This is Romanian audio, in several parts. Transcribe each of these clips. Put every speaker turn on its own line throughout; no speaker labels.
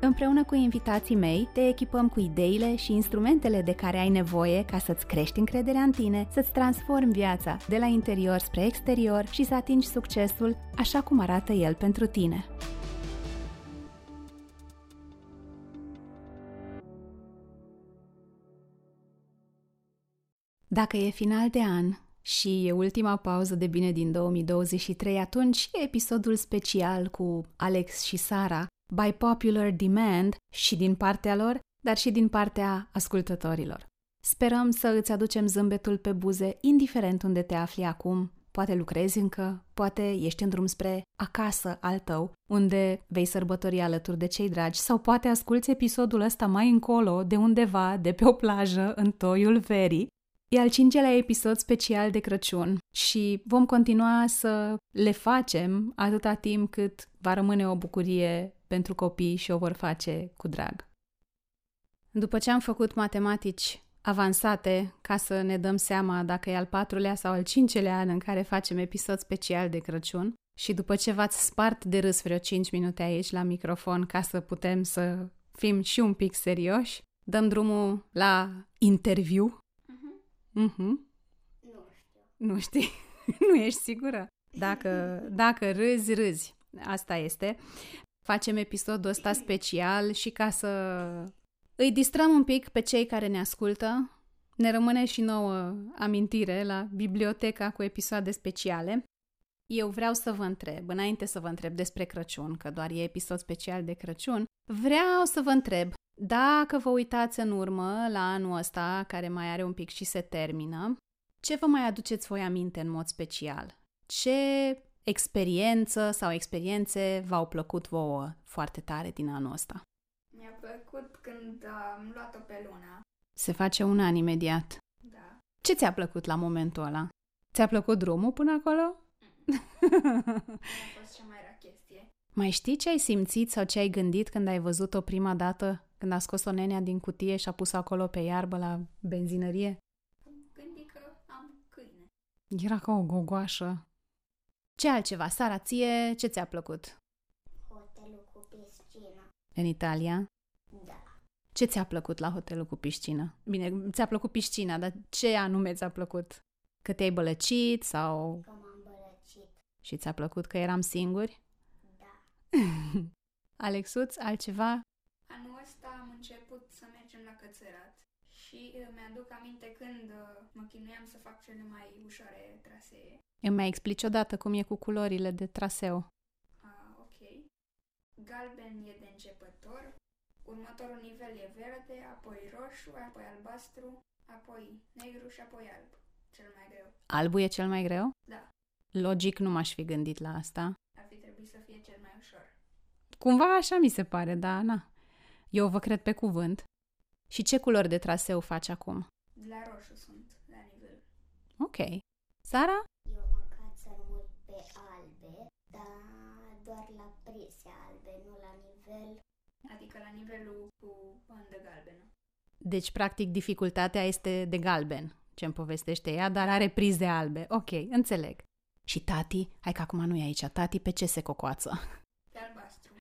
Împreună cu invitații mei, te echipăm cu ideile și instrumentele de care ai nevoie ca să-ți crești încrederea în tine, să-ți transformi viața de la interior spre exterior și să atingi succesul așa cum arată el pentru tine. Dacă e final de an și e ultima pauză de bine din 2023, atunci e episodul special cu Alex și Sara, by popular demand și din partea lor, dar și din partea ascultătorilor. Sperăm să îți aducem zâmbetul pe buze, indiferent unde te afli acum, poate lucrezi încă, poate ești în drum spre acasă al tău, unde vei sărbători alături de cei dragi, sau poate asculți episodul ăsta mai încolo, de undeva, de pe o plajă, în toiul verii, E al cincelea episod special de Crăciun și vom continua să le facem atâta timp cât va rămâne o bucurie pentru copii și o vor face cu drag. După ce am făcut matematici avansate ca să ne dăm seama dacă e al patrulea sau al cincelea an în care facem episod special de Crăciun și după ce v-ați spart de râs vreo 5 minute aici la microfon ca să putem să fim și un pic serioși, dăm drumul la interviu Mhm.
Nu știu.
Nu știi, nu ești sigură. Dacă, dacă râzi, râzi. Asta este. Facem episodul ăsta special și ca să îi distrăm un pic pe cei care ne ascultă, ne rămâne și nouă amintire la biblioteca cu episoade speciale. Eu vreau să vă întreb, înainte să vă întreb despre Crăciun, că doar e episod special de Crăciun, vreau să vă întreb dacă vă uitați în urmă la anul ăsta, care mai are un pic și se termină, ce vă mai aduceți voi aminte în mod special? Ce experiență sau experiențe v-au plăcut vouă foarte tare din anul ăsta?
Mi-a plăcut când uh, am luat-o pe luna.
Se face un an imediat.
Da.
Ce ți-a plăcut la momentul ăla? Ți-a plăcut drumul până acolo?
Mm. A fost cea mai rea chestie.
Mai știi ce ai simțit sau ce ai gândit când ai văzut-o prima dată, când a scos-o nenea din cutie și a pus acolo pe iarbă la benzinărie?
Am gândit că am câine.
Era ca o gogoașă. Ce altceva, Sara, ție ce ți-a plăcut
Hotelul cu piscină.
în Italia?
Da.
Ce ți-a plăcut la hotelul cu piscină? Bine, ți-a plăcut piscina, dar ce anume ți-a plăcut? Că te-ai bălăcit sau...
Că m-am bălăcit.
și ți-a plăcut că eram singuri?
Da.
Alexuț, altceva?
Anul ăsta am început să mergem la cățărat. Și uh, mi-aduc aminte când uh, mă chinuiam să fac cele mai ușoare trasee.
Îmi mai explici odată cum e cu culorile de traseu.
Ah, ok. Galben e de începător. Următorul nivel e verde, apoi roșu, apoi albastru, apoi negru și apoi alb. Cel mai greu.
Albul e cel mai greu?
Da.
Logic nu m-aș fi gândit la asta.
Ar fi trebuit să fie cel mai ușor.
Cumva așa mi se pare, da, na. Eu vă cred pe cuvânt. Și ce culori de traseu faci acum?
De la roșu sunt, la nivel.
Ok. Sara?
Eu măcar să mult pe albe, dar doar la prise albe, nu la nivel.
Adică la nivelul cu bandă galbenă.
Deci, practic, dificultatea este de galben, ce-mi povestește ea, dar are prize albe. Ok, înțeleg. Și tati? Hai că acum nu e aici. Tati pe ce se cocoață?
Pe albastru.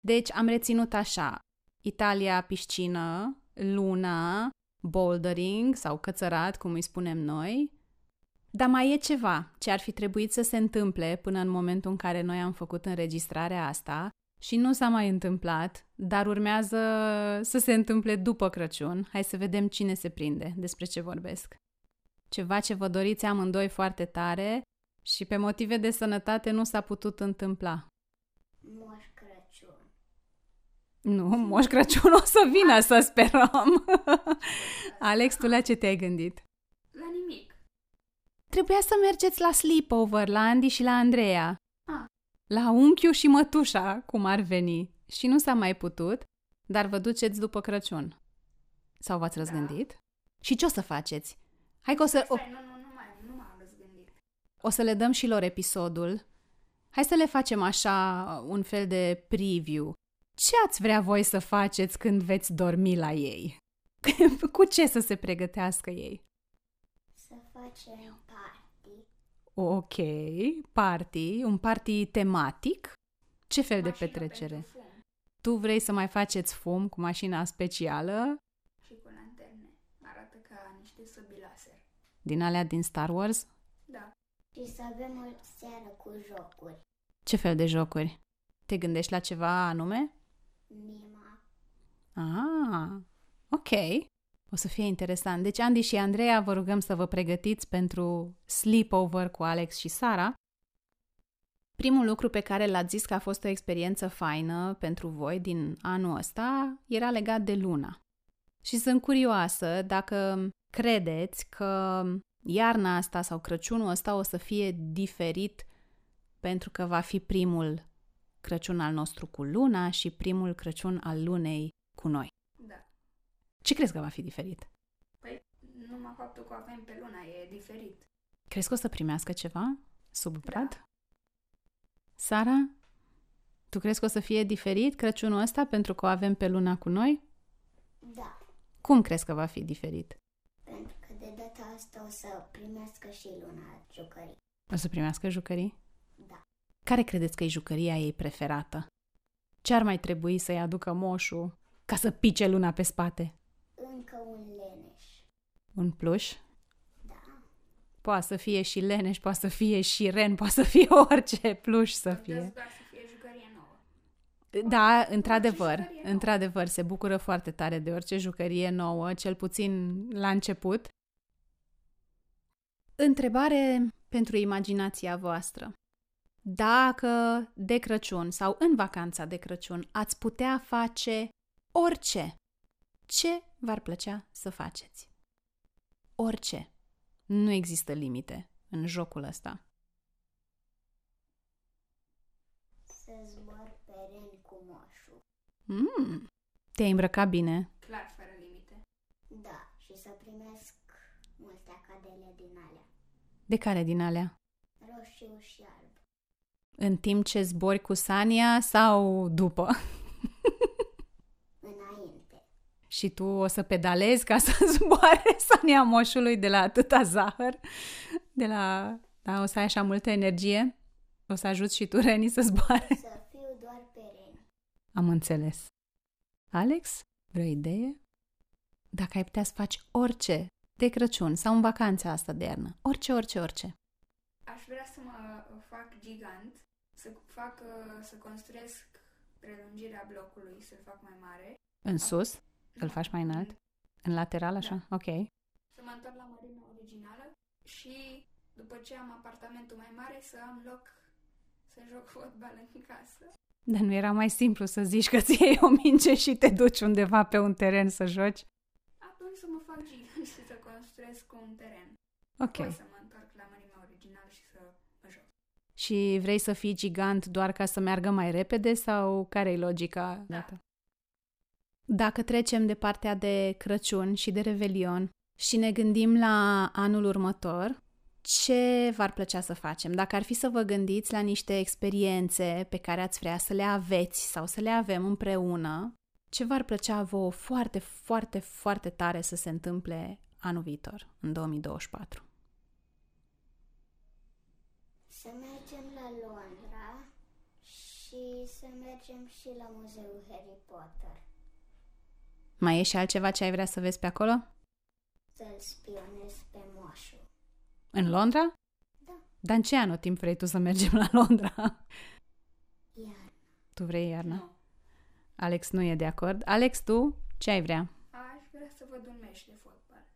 Deci am reținut așa. Italia, piscină, luna, bouldering sau cățărat, cum îi spunem noi. Dar mai e ceva ce ar fi trebuit să se întâmple până în momentul în care noi am făcut înregistrarea asta și nu s-a mai întâmplat, dar urmează să se întâmple după Crăciun. Hai să vedem cine se prinde, despre ce vorbesc. Ceva ce vă doriți amândoi foarte tare și pe motive de sănătate nu s-a putut întâmpla.
Moș Crăciun.
Nu, Moș Crăciun o să vină, să sperăm. Alex, tu la ce te-ai gândit?
La nimic.
Trebuia să mergeți la sleepover, la Andy și la Andreea.
Ah.
La unchiul și mătușa, cum ar veni. Și nu s-a mai putut, dar vă duceți după Crăciun. Sau v-ați răzgândit?
Da.
Și ce o să faceți? Hai că o să, o,
Stai, nu, nu, nu mai, nu m-am răzgândit.
o să le dăm și lor episodul. Hai să le facem așa un fel de preview. Ce ați vrea voi să faceți când veți dormi la ei? Cu ce să se pregătească ei?
Să facem party.
Ok, party, un party tematic. Ce fel de
Mașină
petrecere?
pentru fum
Tu vrei să mai faceți fum cu mașina specială
Și cu lanterne. Arată ca niște săbi laser.
din alea din Star Wars?
Da.
Și să avem o seară cu jocuri.
Ce fel de jocuri? Te gândești la ceva anume?
Mima.
Ah, ok. O să fie interesant. Deci, Andy și Andreea, vă rugăm să vă pregătiți pentru sleepover cu Alex și Sara. Primul lucru pe care l-ați zis că a fost o experiență faină pentru voi din anul ăsta era legat de luna. Și sunt curioasă dacă credeți că iarna asta sau Crăciunul ăsta o să fie diferit pentru că va fi primul Crăciun al nostru cu luna și primul Crăciun al lunei cu noi.
Da.
Ce crezi că va fi diferit?
Păi, numai faptul că o avem pe luna e diferit. Da.
Crezi că o să primească ceva sub brad? Sara, tu crezi că o să fie diferit Crăciunul ăsta pentru că o avem pe luna cu noi?
Da.
Cum crezi că va fi diferit?
Pentru că de data asta o să primească și luna jucării.
O să primească jucării?
Da.
Care credeți că e jucăria ei preferată? Ce ar mai trebui să-i aducă moșul ca să pice luna pe spate?
Încă un leneș.
Un pluș?
Da.
Poate să fie și leneș, poate să fie și ren, poate să fie orice pluș să
Puteți
fie.
doar să fie jucărie nouă.
Da, într-adevăr,
jucărie nouă.
într-adevăr, se bucură foarte tare de orice jucărie nouă, cel puțin la început. Întrebare pentru imaginația voastră. Dacă de Crăciun sau în vacanța de Crăciun ați putea face orice, ce v-ar plăcea să faceți? Orice. Nu există limite în jocul ăsta.
Să zbor pe ren cu moșul.
Mm, te-ai îmbrăcat bine,
Clar, fără limite.
Da. Și să primesc multe acadele din alea.
De care din alea?
Roșu și alb.
În timp ce zbori cu Sania sau după?
Înainte.
Și tu o să pedalezi ca să zboare Sania moșului de la atâta zahăr? De la... Da, o să ai așa multă energie? O să ajuți și tu Renii să zboare?
Să fiu doar pe ren.
Am înțeles. Alex, vreo idee? Dacă ai putea să faci orice de Crăciun sau în vacanța asta de iarnă, orice, orice, orice.
Aș vrea să mă fac gigant, să fac, uh, să construiesc prelungirea blocului, să-l fac mai mare.
În sus, îl faci mai înalt? În lateral, așa? Ok.
Să mă întorc la mărimea originală și după ce am apartamentul mai mare să am loc să joc fotbal în casă.
Dar nu era mai simplu să zici că ți iei o minge și te duci undeva pe un teren să joci?
Atunci să mă fac gigant și să construiesc un teren.
Ok.
Apoi să mă întorc la mărimea originală și să mă joc.
Și vrei să fii gigant doar ca să meargă mai repede sau care e logica?
Da.
dată? Dacă trecem de partea de Crăciun și de Revelion și ne gândim la anul următor, ce v-ar plăcea să facem? Dacă ar fi să vă gândiți la niște experiențe pe care ați vrea să le aveți sau să le avem împreună, ce v-ar plăcea vouă foarte, foarte, foarte tare să se întâmple anul viitor, în 2024?
Să mergem la Londra și să mergem și la muzeul Harry Potter.
Mai e și altceva ce ai vrea să vezi pe acolo?
Să-l spionez pe moșul.
În Londra?
Da.
Dar în ce anotimp vrei tu să mergem la Londra?
Iar
Tu vrei iarna?
Nu.
Alex nu e de acord. Alex, tu ce ai vrea?
Aș vrea să văd un meci de fotbal.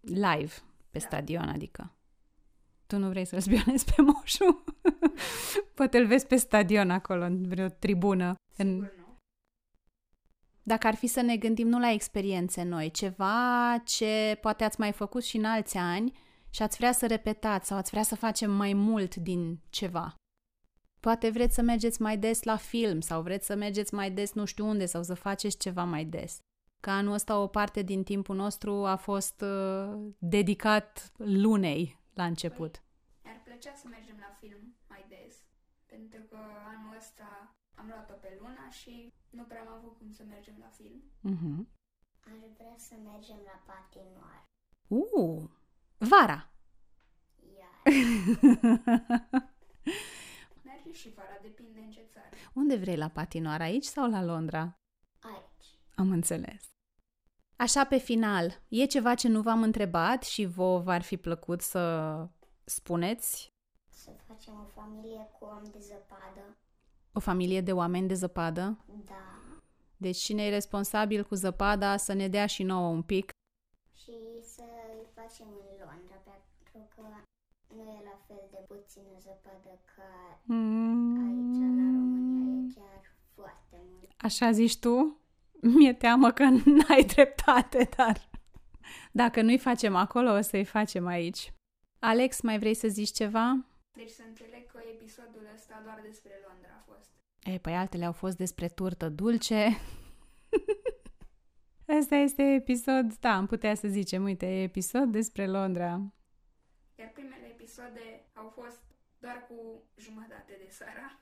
Live, pe
Da.
stadion, adică. Tu nu vrei să-l spionezi pe moșu? Poate îl vezi pe stadion acolo, în vreo tribună. În...
Sigur nu.
Dacă ar fi să ne gândim nu la experiențe noi, ceva ce poate ați mai făcut și în alți ani și ați vrea să repetați sau ați vrea să facem mai mult din ceva. Poate vreți să mergeți mai des la film sau vreți să mergeți mai des nu știu unde sau să faceți ceva mai des. că anul ăsta o parte din timpul nostru a fost uh, dedicat lunei la început.
Mi-ar plăcea să mergem la film mai des, pentru că anul ăsta am luat-o pe luna și nu prea am avut cum să mergem la film.
Mhm.
Aș vrea să mergem la patinoar.
Uh, vara!
Iar
Merge și vara, depinde în ce țară.
Unde vrei la patinoar, aici sau la Londra?
aici.
Am înțeles. Așa pe final, e ceva ce nu v-am întrebat și vouă v-ar fi plăcut să spuneți?
Să facem o familie cu om de zăpadă.
O familie de oameni de zăpadă?
Da.
Deci cine e responsabil cu zăpada să ne dea și nouă un pic?
Și să îl facem în Londra, pentru că nu e la fel de puțină zăpadă ca
Mm,
aici la România. E chiar foarte mult.
Așa zici tu? Mi-e teamă că n-ai dreptate, dar dacă nu-i facem acolo, o să-i facem aici. Alex, mai vrei să zici ceva?
Deci să înțeleg că episodul ăsta doar despre Londra a fost.
Ei, păi altele au fost despre turtă dulce. Asta este episod, da, am putea să zicem, uite, e episod despre Londra.
Iar primele episoade au fost doar cu jumătate de Sara.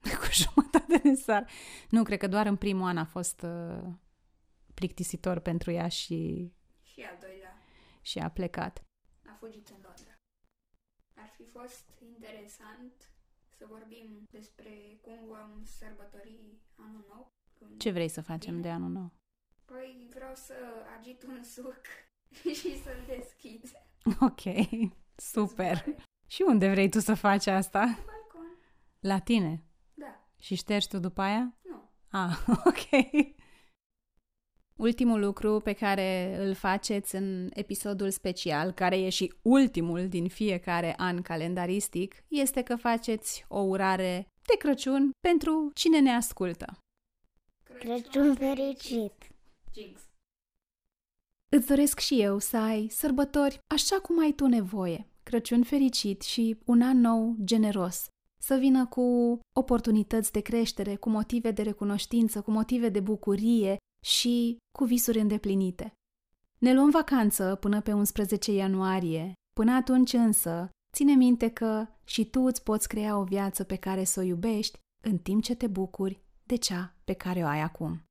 Cu jumătate de sar. Nu, cred că doar în primul an a fost uh, plictisitor pentru ea și,
Și al doilea
și a plecat.
a fugit în Londra. Ar fi fost interesant să vorbim despre cum vom sărbători anul nou. Când...
Ce vrei să facem de anul nou?
Păi vreau să agit un suc și să-l deschid.
Ok, super.
Zboare.
Și unde vrei tu să faci asta?
Pe balcon.
La tine.
Da,
Și ștergi tu după aia?
nu.
Ah, ok. Ultimul lucru pe care îl faceți în episodul special, care e și ultimul din fiecare an calendaristic, este că faceți o urare de Crăciun pentru cine ne ascultă.
Crăciun fericit!
Jinx.
Îți doresc și eu să ai sărbători așa cum ai tu nevoie, Crăciun fericit și un an nou generos. Să vină cu oportunități de creștere, cu motive de recunoștință, cu motive de bucurie și cu visuri îndeplinite. Ne luăm vacanță până pe 11 ianuarie. Până atunci însă, ține minte că și tu îți poți crea o viață pe care să o iubești în timp ce te bucuri de cea pe care o ai acum.